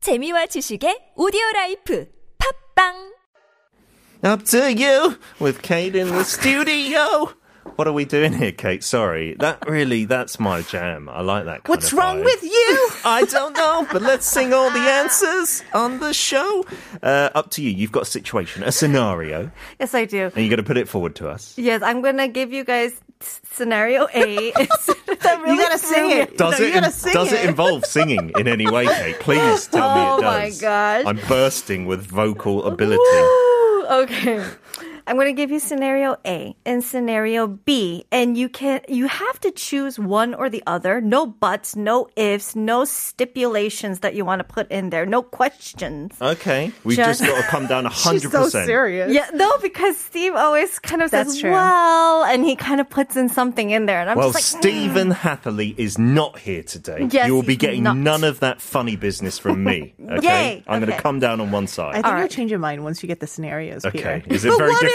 재미와 지식의 오디오 라이프 팝빵 Up to you with Kate in the studio. What are we doing here, Kate? Sorry, that really, that's my jam. I like that. Kind What's of wrong vibe. with you? I don't know, but let's sing all the answers on the show. Uh, up to you. You've got a situation, a scenario, Yes, I do. and you're going to put it forward to us. Yes, I'm gonna give you guys s- scenario A. That really you gotta sing threw me. it. Does no, it you gotta in- sing does it. it. involve singing in any way, Kate? Please tell me Oh it my does. gosh. I'm bursting with vocal ability. Ooh, okay. I'm gonna give you scenario A and scenario B, and you can you have to choose one or the other. No buts, no ifs, no stipulations that you want to put in there. No questions. Okay, we've just, Just- got to come down She's 100%. so serious. Yeah, no, because Steve always kind of That's says true. well, and he kind of puts in something in there, and I'm Well, just like, Stephen mm. Happily is not here today. Yes, you will be he's getting not. none of that funny business from me. Okay, Yay, I'm going to okay. come down on one side. I think right. you'll change your mind once you get the scenarios, okay, Peter. is it But very what difficult? if-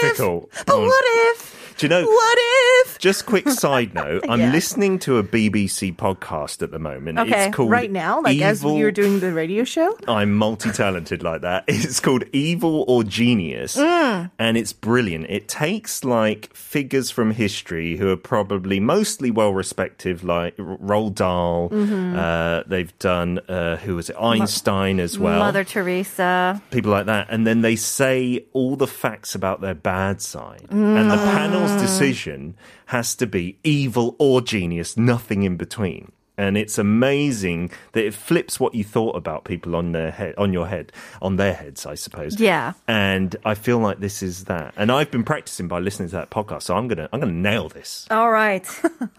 but Oh, what if? Do you know? What if? Just quick side note. I'm Yeah. listening to a BBC podcast at the moment. Okay, It's called Right now, like as Evil- we were doing the radio show, I'm multi-talented like that. It's called Evil or Genius, and it's brilliant. It takes like figures from history who are probably mostly well-respected, like R- Roald Dahl. Uh, they've done uh, who was it? Einstein as well. "Mm, Mother Teresa. People like that, and then they say all the facts about their bad side, and the Mm. panel's decision has to be evil or genius, nothing in between. And it's amazing that it flips what you thought about people on their head, on your head, on their heads, I suppose. Yeah. And I feel like this is that. And I've been practicing by listening to that podcast, so I'm gonna, I'm gonna nail this. All right.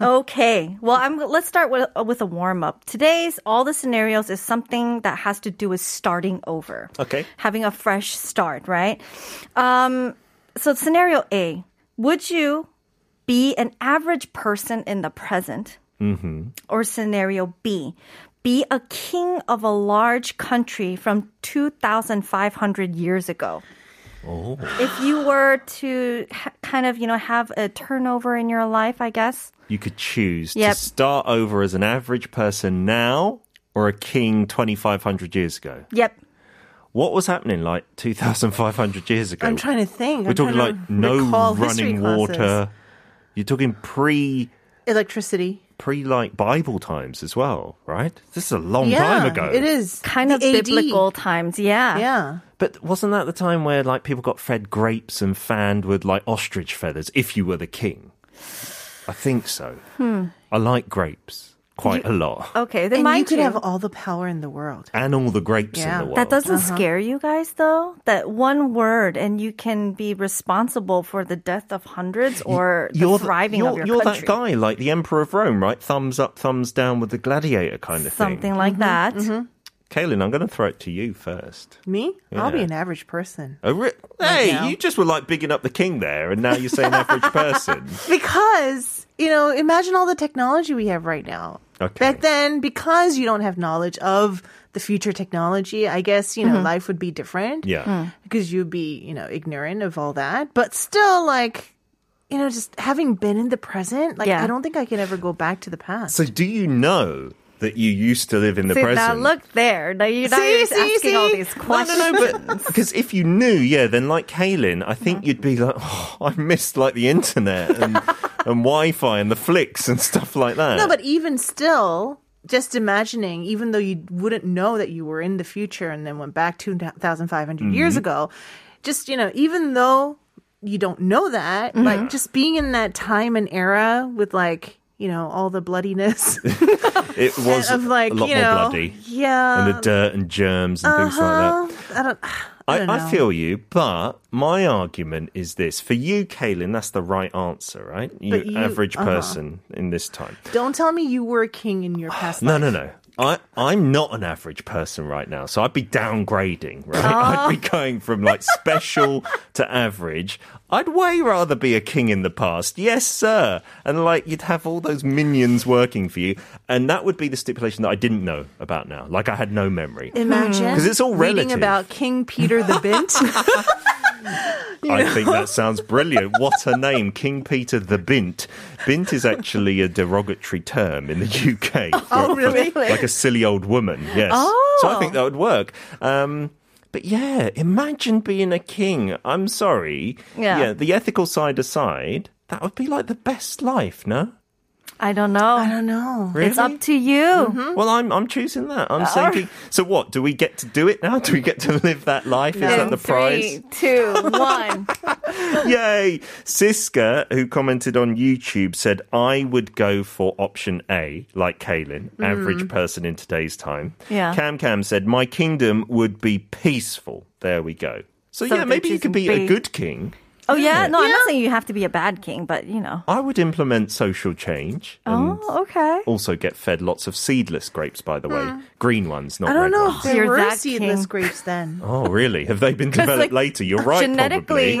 okay. Well, I'm let's start with uh, with a warm up. Today's all the scenarios is something that has to do with starting over. Okay. Having a fresh start, right? Um so scenario A, would you be an average person in the present? Or scenario B, be a king of a large country from 2,500 years ago if you were to ha- kind of you know have a turnover in your life i guess You could choose to Yep. start over as an average person now, or a king 2,500 years ago. yep What was happening like 2,500 years ago? I'm trying to think. We're I'm talking like trying to no recall history running classes. water. You're talking pre electricity. pre like Bible times as well, right? This is a long time ago. it is kind The of AD. biblical times yeah Yeah, But wasn't that the time where like people got fed grapes and fanned with like ostrich feathers if you were the king? I think so. Hmm. I like grapes quite a lot. okay then and mind you could have all the power in the world. And all the grapes Yeah. in the world. that doesn't Uh-huh. scare you guys though that one word and you can be responsible for the death of hundreds or the thriving you're, of your you're that country guy, like the Emperor of Rome, right? Thumbs up, thumbs down with the gladiator kind of thing. something like Mm-hmm. that Kaylin, I'm going to throw it to you first. Me? I'll be Yeah. an average person Oh, re- hey, now. you just were like bigging up the king there, and now you're saying average person. because you know, imagine all the technology we have right now. Okay. Back then, because you don't have knowledge of the future technology, I guess you know life would be different. Yeah. because you'd be, you know, ignorant of all that. But still, like, you know, just having been in the present, like, Yeah. I don't think I can ever go back to the past. So, do you know that you used to live in the See, present? now look there now you're not See, even see, asking all see? these No, questions no, no, but because if you knew, yeah, then like Kaylin, I Hmm. think you'd be like, oh, I missed like the internet and, and Wi Fi and the flicks and stuff like that. no, but even still, just imagining, even though you wouldn't know that you were in the future and then went back 2,500 Mm-hmm. years ago, just, you know, even though you don't know that, Mm-hmm. like, just being in that time and era with, like, you know, all the bloodiness it was uh, of, like, a lot you more know, bloody. yeah. and the dirt and germs and things like that. Um, Uh-huh. I don't, I, I, don't know. I feel you, but my argument is this. For you, Kaylin, that's the right answer, right? You, But you- average uh-huh. person in this time. Don't tell me you were a king in your past No, life. no, no. I, I'm not an average person right now, so I'd be downgrading, right? I'd Oh. be going from like special to average. I'd way rather be a king in the past. Yes, sir. And like you'd have all those minions working for you. And that would be the stipulation that I didn't know about now. Like I had no memory. Imagine 'Cause it's all reading relative. about King Peter the Bint. I think that sounds brilliant. What a name, King Peter the Bint. Bint is actually a derogatory term in the UK. Oh, really? like a silly old woman, yes. So I think that would work. Um, but yeah, imagine being a king. I'm sorry. Yeah. The ethical side aside, that would be like the best life, no? I don't know. I don't Mm-hmm. know. Really? It's up to Uh, you. Well, I'm I'm choosing that. I'm thinking. So what? Do we get to do it now? Do we get to live that life? Is that In the prize? Three, two, one. Yay! Siska, who commented on YouTube, said, I would go for option A, like Kaylin, average person in today's time. Yeah. Cam Cam said, My kingdom would be peaceful. There we go. So, So yeah, they're maybe you could be choosing a B. good king. oh yeah. No, I'm not saying you have to be a bad king, but you know. I would implement social change Mm. and Oh, okay. also get fed lots of seedless grapes, by the way. Green ones, not I don't red know if ones. there You're were that seedless king. grapes then. Oh, really? Have they been developed like, later? You're right, genetically,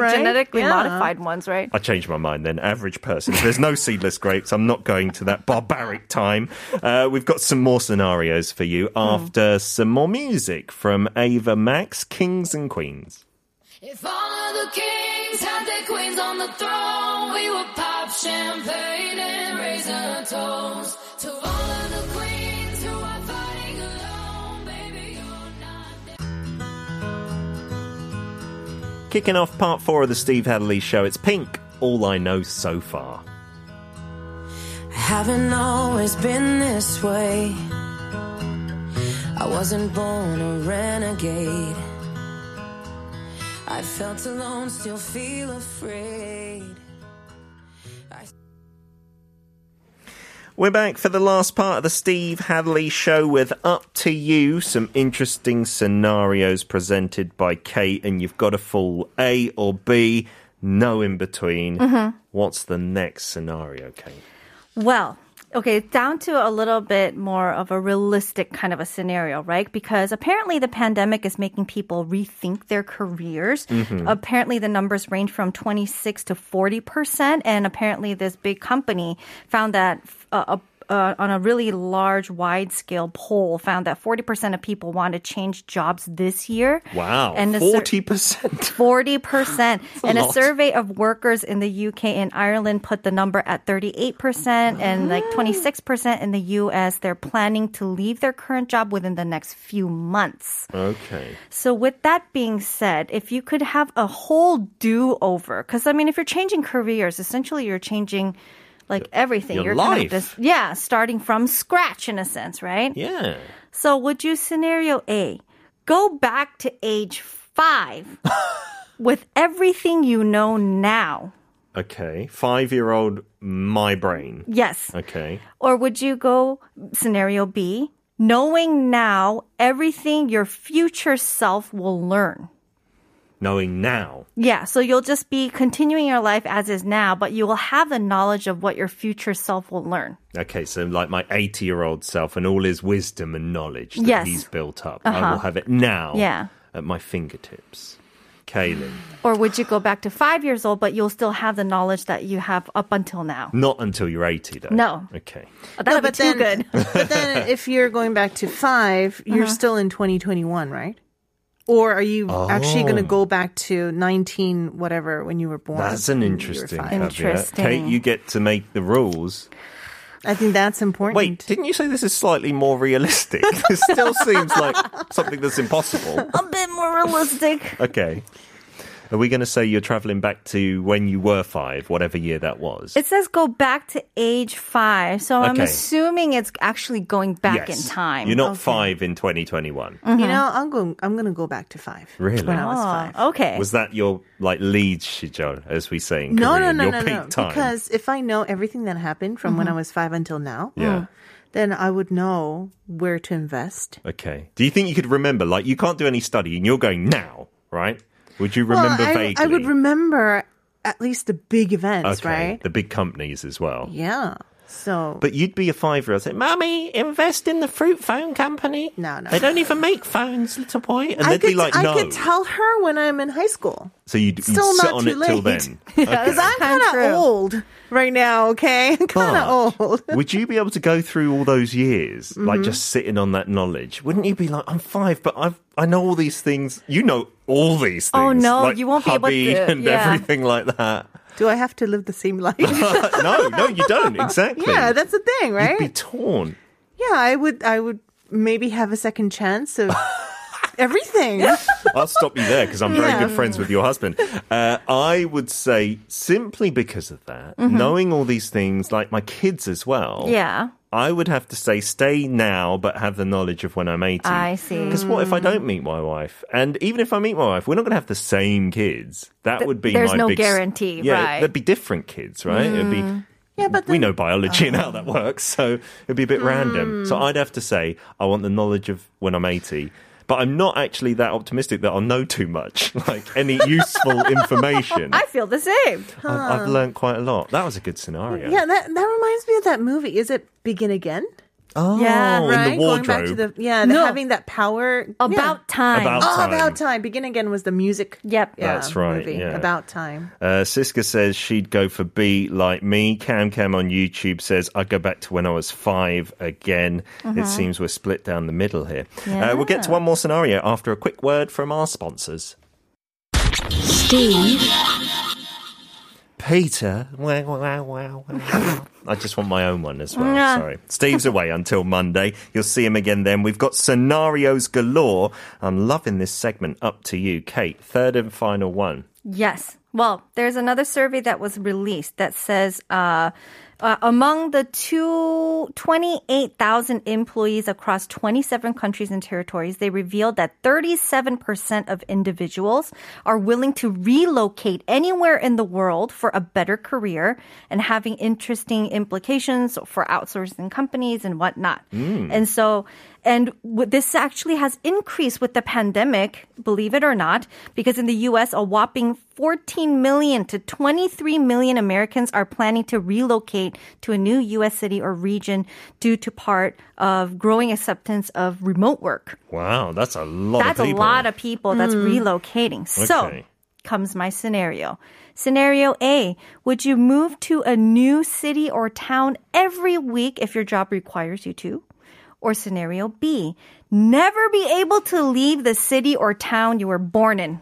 probably. Right? genetically Yeah. modified ones, right? I changed my mind then. Average person. If there's no seedless grapes, I'm not going to that barbaric time. Uh, we've got some more scenarios for you after some more music from Ava Max, Kings and Queens. If all of the kings had their queens on the throne, we would pop champagne and raise a toast to all of the queens who are fighting alone. Baby, you're not there. Kicking off part four of the Steve Hadley show, it's Pink, All I Know So Far. Haven't always been this way. I wasn't born a renegade. I felt alone, still feel afraid. I We're back for the last part of the Steve Hadley show with Up to You, some interesting scenarios presented by Kate, and you've got to fall A or B, no in between. Mm-hmm. What's the next scenario, Kate? Well, okay, down to a little bit more of a realistic kind of a scenario, right? Because apparently the pandemic is making people rethink their careers. Mm-hmm. Apparently the numbers range from 26 to 40%. And apparently this big company found that uh, a, uh, on a really large, wide scale poll, found that 40% of people want to change jobs this year. Wow, And the cer- forty percent. Forty percent, and a lot. survey of workers in the UK and Ireland put the number at thirty-eight percent, and Ah. like twenty-six percent in the US. They're planning to leave their current job within the next few months. Okay, So, with that being said, if you could have a whole do-over, because I mean, if you're changing careers, essentially you're changing like everything. your you're kind life. of just- yeah, starting from scratch in a sense, right? yeah. So, would you scenario A go back to age five with everything you know now? Okay, five-year-old my brain. Yes. Okay, Or would you go scenario B, knowing now everything your future self will learn? knowing now. Yeah, so you'll just be continuing your life as is now, but you will have the knowledge of what your future self will learn. Okay, so like my eighty-year-old self and all his wisdom and knowledge that Yes. Uh-huh. he's built up, I will have it now. Yeah. at my fingertips. Kaylin, Or would you go back to five years old, but you'll still have the knowledge that you have up until now? not until you're eighty, though. Mm. No. Okay. That would be but too then- good. but then if you're going back to five, you're Uh-huh. still in 2021, right? Or are you actually going to go back to 19, whatever, when you were born? Oh. That's an interesting caveat. Interesting. Kate, you get to make the rules. I think that's important. Wait, didn't you say this is slightly more realistic? this still seems like something that's impossible. a bit more realistic. Okay. Are we going to say you're traveling back to when you were five, whatever year that was? It says go back to age five, so I'm Okay. assuming it's actually going back in time. You're not five in 2021. You know, I'm going. I'm going to go back to five. to Really? When I was Uh-huh. Oh, five. okay. Was that your like lead, Shijo, as we say in No, no, Korean? no, your no, peak no. time. Because if I know everything that happened from Mm-hmm. when I was five until now, Yeah. Oh. then I would know where to invest. Okay. Do you think you could remember? Like, you can't do any study, and you're going now, right? Would you remember well, I, vaguely? I would remember at least the big events, okay, right? The big companies as well. Yeah. So But you'd be a five year old saying, Mummy, invest in the fruit phone company. No, no, They no, don't even make phones, little boy. And I they'd could, be like, no. I could tell her when I'm in high school. so you'd, you'd Still sit not on too it till late. then. Because I'm Kinda kind of true. old right now, okay? kind But of old. would you be able to go through all those years, Mm-hmm. like just sitting on that knowledge? Wouldn't you be like, I'm five, but I've I know all these things. You know all these things. Oh, no, like you won't be able hubby to- and yeah. everything like that. Do I have to live the same life? no, no, you don't exactly. yeah, that's the You'd thing, right? be torn. yeah, I would I would maybe have a second chance of everything. I'll stop you there because I'm very Yeah. good friends with your husband. Uh, I would say simply because of that, knowing all these things, like my kids as well. Mm-hmm. Yeah. I would have to say stay now, but have the knowledge of when I'm 80. I see. Because what if I don't meet my wife? And even if I meet my wife, we're not going to have the same kids. That would be there's my no big s- guarantee, Yeah, right. Mm. there'd be different kids, right? It'd be. Yeah, but we know biology and how that Oh. works, so it'd be a bit Hmm. random. So I'd have to say I want the knowledge of when I'm 80. But I'm not actually that optimistic that I'll know too much, like any useful information. I feel the same. I've, I've learned quite a lot. That was a good scenario. yeah, that that reminds me of that movie. Is it Begin Again? Oh, Yeah, in the right? Going wardrobe. back to the yeah, the, No. having that power yeah. About time. About Oh, time. about time. Begin again was the music. yeah, Yep. That's right, Movie. yeah. About time. Uh, Siska says she'd go for B like me. Cam Cam on YouTube says I'd go back to when I was five again. Uh-huh. It seems we're split down the middle here. Uh, we'll get to one more scenario after a quick word from our sponsors. Steve, Peter, wow, wow, wow, wow. I just want my own one as well. Yeah. Sorry. Steve's away until Monday. You'll see him again then. We've got scenarios galore. I'm loving this segment. Up to you, Kate. Third and final one. Yes. Well, there's another survey that was released that says uh, uh, among the two, 28,000 employees across 27 countries and territories, they revealed that 37% of individuals are willing to relocate anywhere in the world for a better career and having interesting implications for outsourcing companies and whatnot. And so, and w- this actually has increased with the pandemic, believe it or not, because in the US, a whopping 14 million to 23 million Americans are planning to relocate to a new US city or region due to part of growing acceptance of remote work. Wow, that's a lot That's of a people. lot of people that's relocating. So, Okay. comes my scenario. Scenario A Would you move to a new city or town every week if your job requires you to? Or scenario B Never be able to leave the city or town you were born in.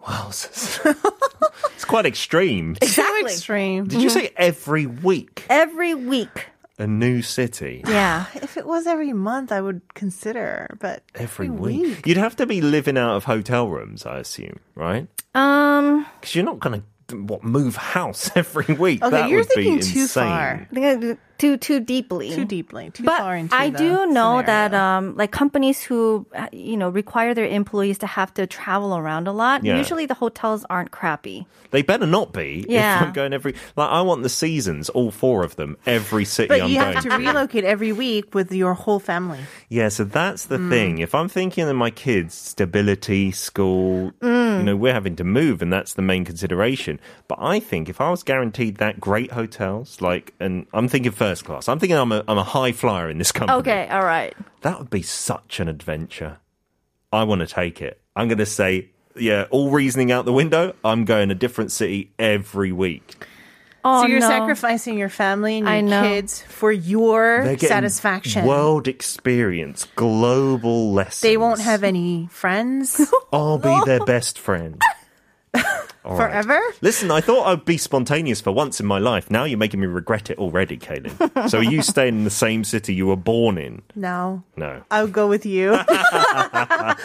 it's quite extreme. Too extreme. Did you say every week Every week. a new city? Yeah. If it was every month, I would consider. But Every week. You'd have to be living out of hotel rooms, I assume, right? Um, Because you're not going to what move house every week. Okay, that you're would be thinking too insane. far. I think I- too too deeply. too deeply, too but far into. I the do scenario. know that um, like companies who uh, you know require their employees to have to travel around a lot. Yeah. Usually the hotels aren't crappy. They better not be. Yeah. If I'm going every like I want the seasons, all four of them, every city But I'm you going have to relocate every week with your whole family. Yeah, so that's the Hmm. thing. If I'm thinking of my kids, stability, school, you Hmm. know, we're having to move, and that's the main consideration. But I think if I was guaranteed that great hotels, like, and I'm thinking first class, I'm thinking I'm a, I'm a high flyer in this company. all right. That would be such an adventure. I want to take it. I'm going to say, yeah, all reasoning out the window. I'm going a different city every week. Oh so you're no. sacrificing your family and your I know. kids for your They're getting satisfaction. World experience, global lessons. they won't have any friends I'll be their best friend. All right. forever. Listen, I thought I'd be spontaneous for once in my life. Now you're making me regret it already, Kaylin. So are you staying in the same city you were born in? No, No. I'll go with you.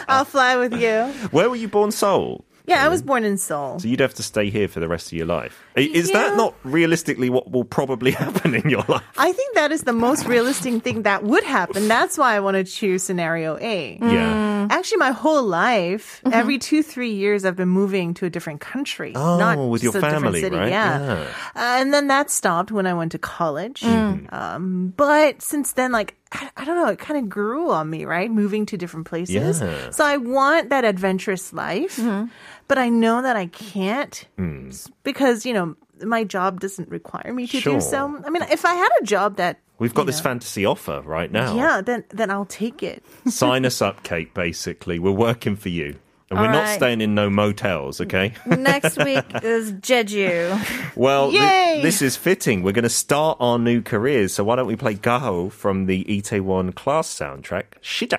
I'll fly with you. Where were you born, Seoul? Yeah, I was born in Seoul. So you'd have to stay here for the rest of your life. I- Is that Yeah. not realistically what will probably happen in your life? I think that is the most realistic thing that would happen. That's why I want to choose scenario A. Mm. Yeah. Actually, my whole life, Mm-hmm. every two, three years, I've been moving to a different country. Oh, not with your just a different family, city. right? Yeah. Yeah. Mm-hmm. Uh, and then that stopped when I went to college. Um, but since then, like, I, I don't know, it kind of grew on me, right? Moving to different places. Yeah. Mm-hmm. So I want that adventurous life, but I know that I can't Mm. s- because, you know, my job doesn't require me to do Sure. so. I mean, if I had a job that, We've got this fantasy offer right now. yeah, then then I'll take it. Sign us up, Kate, basically. We're working for you. And we're All not right. staying in no motels, okay? Next week is Jeju. Well, thi- Yay! this is fitting. We're going to start our new careers. So why don't we play Gaho from the Itaewon class soundtrack, Shida.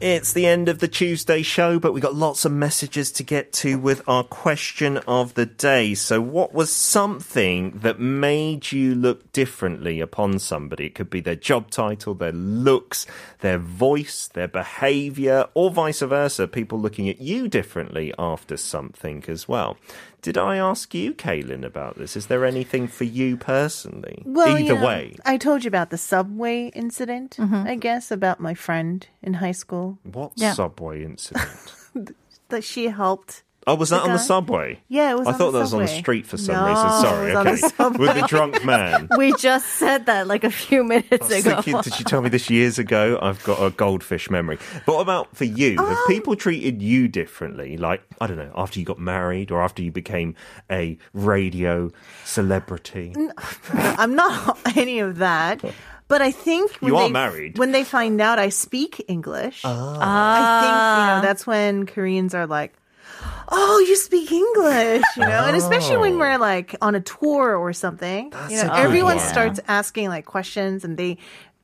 It's the end of the Tuesday show, but we got lots of messages to get to with our question of the day. So, what was something that made you look differently upon somebody? It could be their job title, their looks, their voice, their behavior, or vice versa. People looking at you differently after something as well. Did I ask you, Kaylin, about this? Is there anything for you personally? Well, Either yeah, way. I told you about the subway incident, I guess, about my friend in high school What Yeah. subway incident? that she helped. Oh, was that on the guy? subway? Yeah, it was I on thought the that was on the subway. street for some No, reason. Sorry, it was on the okay. With the drunk man. We just said that like a few minutes I was ago. thinking, did you tell me this years ago? I've got a goldfish memory. But what about for you? Um, Have people treated you differently? Like, I don't know, after you got married or after you became a radio celebrity? I'm not any of that. But I think when You are they, married. When they find out I speak English, I think you know that's when Koreans are like, "Oh, you speak English," you know, and especially when we're like on a tour or something, you know, Oh. a good everyone one. starts asking like questions, and they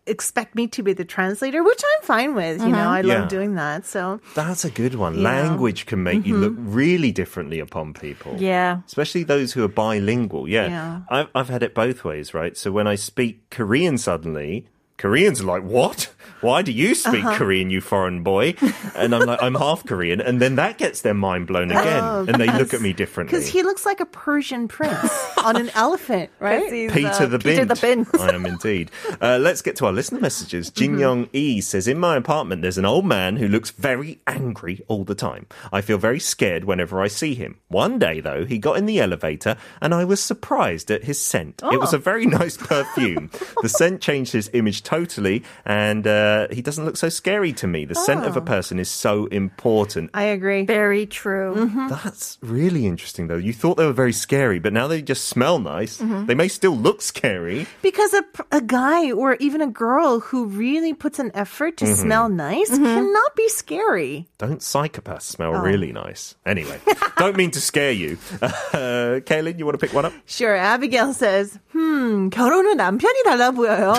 expect me to be the translator, which I'm fine with. You know, I Yeah. love doing that. So That's a good one. Language can make you look really differently upon people. Yeah. especially those who are bilingual. Yeah, Yeah. I've, I've had it both ways, right? So when I speak Korean suddenly, Koreans are like, "What? Why do you speak Korean, you foreign boy?" And I'm like, "I'm half Korean," and then that gets their mind blown again, and they look at me differently. because he looks like a Persian prince on an elephant, right? Peter the Bint. Peter uh, the Bint. Mm-hmm. I am indeed. Uh, let's get to our listener messages. Jin Young E says, In my apartment, there's an old man who looks very angry all the time. I feel very scared whenever I see him. One day, though, he got in the elevator and I was surprised at his scent. It was a Oh. very nice perfume. the scent changed his image totally and uh, he doesn't look so scary to me. The scent Oh. of a person is so important. I agree. Very true. That's really interesting, though. You thought they were very scary, but now they just smell nice. Mm-hmm. They may still look scary. Because a, p- a guy or even a girl who really puts an effort to smell nice cannot be scary. Don't psychopaths smell really nice? Anyway, don't mean to scare you. Uh, Kaylin, you want to pick one up? Sure, Abigail says, hmm, 결혼은 남편이 달라 보여요.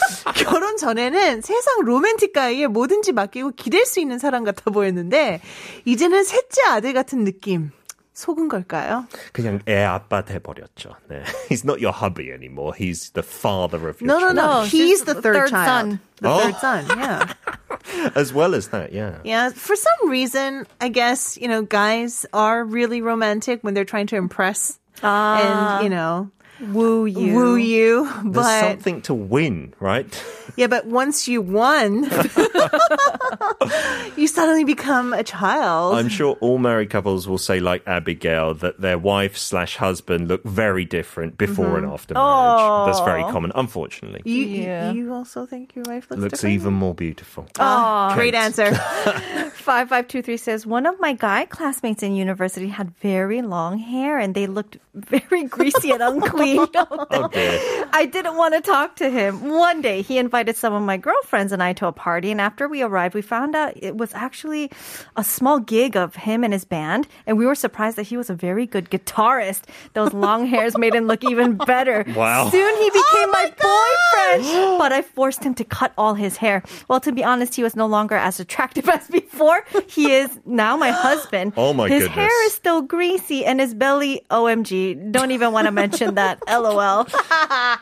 결혼 전에는 세상 로맨틱가에 뭐든지 맡기고 기댈 수 있는 사람 같아 보였는데, 이제는 셋째 아들 같은 느낌. 속은 걸까요? 그냥 애 아빠 돼버렸죠. 네. He's not your hubby anymore. He's the father of your No, no, children. no. No, He's she's the the third, third child. son. The Oh. third son, yeah. As well as that, yeah. Yeah, for some reason, I guess, you know, guys are really romantic when they're trying to impress and, you know, Ah. Woo you. woo you. There's But something to win, right? yeah, but once you won, you suddenly become a child. I'm sure all married couples will say, like Abigail, that their wife slash husband look very different before and after marriage. That's very common, unfortunately. you, you- Yeah. you also think your wife looks, Looks different? even more beautiful. Oh, great Kate. answer. 5523 says one of my guy classmates in university had very long hair and they looked very greasy and unclean. Okay. I didn't want to talk to him. One day, he invited some of my girlfriends and I to a party, and after we arrived, we found out it was actually a small gig of him and his band, and we were surprised that he was a very good guitarist. Those long hairs made him look even better. Wow. Soon he became my, boyfriend, but I forced him to cut all his hair. Well, to be honest, he was no longer as attractive as before. He is now my husband. Oh, my his goodness. hair is still greasy, and his belly, OMG, don't even want to mention that. LOL.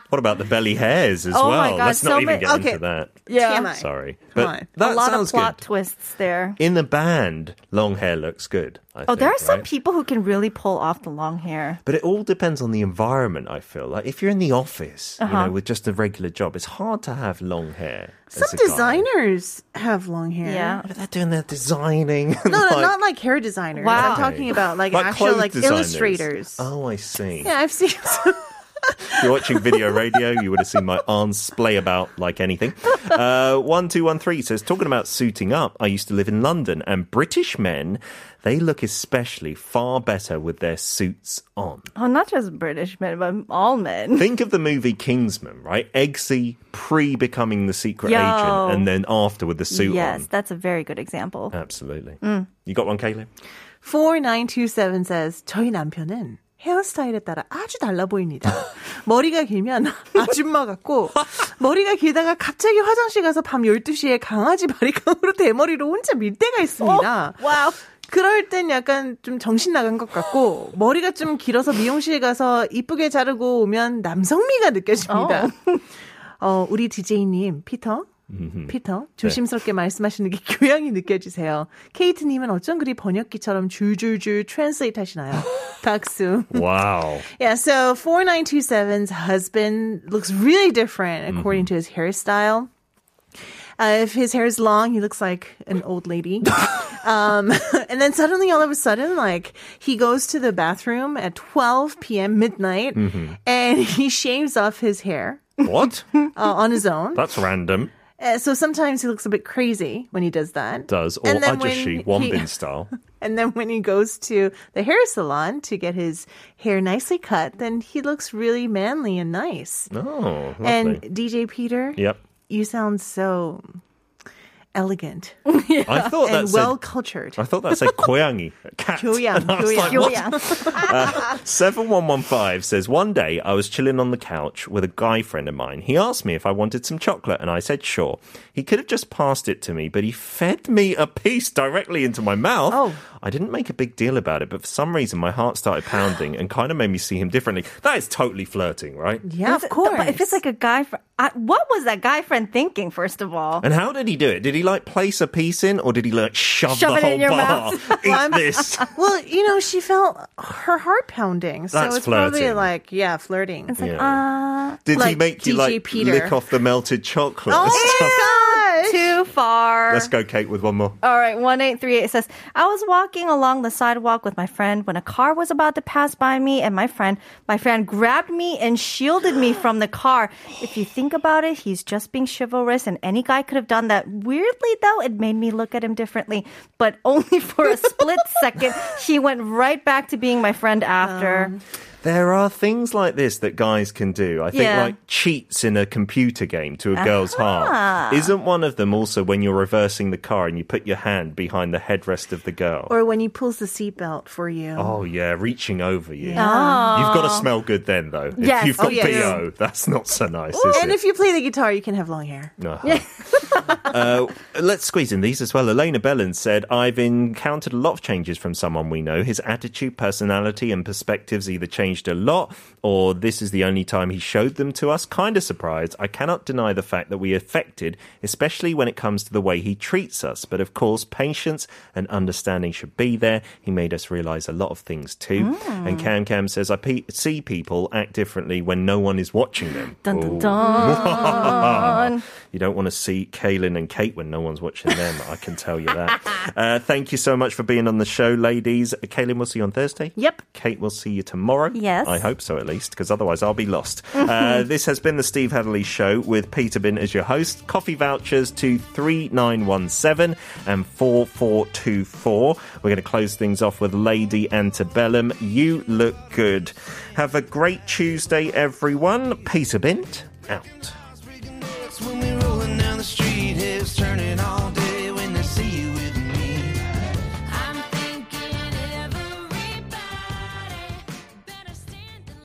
What about the belly hairs as Oh well? my God, Let's not so even many- get okay. into that. Yeah. TMI. Sorry, Come but on. that a lot sounds of plot good. twists there. In the band, long hair looks good. I Oh, there are think, some right? people who can really pull off the long hair. But it all depends on the environment. I feel like if you're in the office you know, with just a regular job. It's hard to have long hair. as Some a guy. designers have long hair. Yeah. What are they doing? They're designing. and No, no, like- not like hair designers. Wow. I'm talking about like, actual clothes like designers. illustrators. Oh, I see. Yeah, I've seen. Some. If you're watching video radio, you would have seen my arms splay about like anything. Uh, 1213 says, talking about suiting up, I used to live in London, and British men, they look especially far better with their suits on. Oh, not just British men, but all men. Think of the movie Kingsman, right? Eggsy pre becoming the secret Yo. agent, and then after with the suit yes, on. that's a very good example. Absolutely. Mm. You got one, Caleb? 4927 says 저희 남편은 헤어스타일에 따라 아주 달라 보입니다. 머리가 길면 아줌마 같고 머리가 길다가 갑자기 화장실 가서 밤 12시에 강아지 바리깡으로 대머리로 혼자 밀 때가 있습니다. 와우. 그럴 땐 약간 좀 정신 나간 것 같고 머리가 좀 길어서 미용실 가서 이쁘게 자르고 오면 남성미가 느껴집니다. 어, 우리 DJ님, 피터. 피터, 조심스럽게 말씀하시는 게 교양이 느껴지세요. 케이트님은 어쩜 그리 번역기처럼 줄줄줄 트랜스레이트 하시나요? 박수. Wow. Yeah, so 4927's husband looks really different Mm-hmm. according to his hairstyle. Uh, if his hair is long, he looks like an old lady. um, and then suddenly, all of a sudden, like he goes to the bathroom at 12 p.m. midnight Mm-hmm. and he shaves off his hair what? uh, on his own. That's random. Uh, so sometimes he looks a bit crazy when he does that. Does. Or And then when Ajashi, he- Wambin style. And then when he goes to the hair salon to get his hair nicely cut, then he looks really manly and nice. Oh, lovely. And DJ Peter, yep. you sound so elegant I thought and that's Uh, well cultured. I thought that said koyangi, cat. Kyoyang, Kyoyang. Julia. 7115 says, Uh, One day I was chilling on the couch with a guy friend of mine. He asked me if I wanted some chocolate, and I said, Sure. He could have just passed it to me, but he fed me a piece directly into my mouth. Oh. I didn't make a big deal about it, but for some reason my heart started pounding and kind of made me see him differently. That is totally flirting, right? yeah, of course. But if it's like a guy, fr- I, what was that guy friend thinking? First of all, And how did he do it? Did he like place a piece in, or did he like shove, Shove the it whole in your bar? mouth. Eat this. well, you know, she felt her heart pounding, so That's it's probably flirting. like yeah, flirting. it's like, uh, Did he Like make you DJ like Peter. lick off the melted chocolate? and stuff? oh my god! too far. Let's go, Kate, with one more. All right, 1838 says, I was walking along the sidewalk with my friend when a car was about to pass by me and my friend, my friend grabbed me and shielded me from the car. If you think about it, he's just being chivalrous and any guy could have done that. Weirdly though, it made me look at him differently, but only for a split second. He went right back to being my friend after. There are things like this that guys can do. I think Yeah. like cheats in a computer game to a girl's heart. Isn't one of them also when you're reversing the car and you put your hand behind the headrest of the girl? Or when he pulls the seatbelt for you. oh yeah, reaching over you. Yeah. You've got to smell good then though. If Yes. you've got Oh, yes. BO, that's not so nice, is And it? if you play the guitar, you can have long hair. Uh-huh. uh, let's squeeze in these as well. Elena Bellin said, I've encountered a lot of changes from someone we know. His attitude, personality, and perspectives either changed a lot or this is the only time he showed them to us. Kind of surprised. I cannot deny the fact that we are affected, especially when it comes to the way he treats us. But of course, patience and understanding should be there. He made us realize a lot of things too. And Hmm. Cam Cam says, I pe- see people act differently when no one is watching them. Dun, dun, Ooh. dun. You don't want to see Kaylin and Kate when no one's watching them. I can tell you that. Uh, thank you so much for being on the show, ladies. Kaylin, we'll see you on Thursday. Yep. Kate, we'll see you tomorrow. Yes. I hope so, at least, because otherwise I'll be lost. uh, this has been the Steve Hadley Show with Peter Bin as your host. Coffee vouchers to 3917 and 4424. We're going to close things off with Lady Antebellum. You look good. Have a great Tuesday, everyone. Peter Bint out.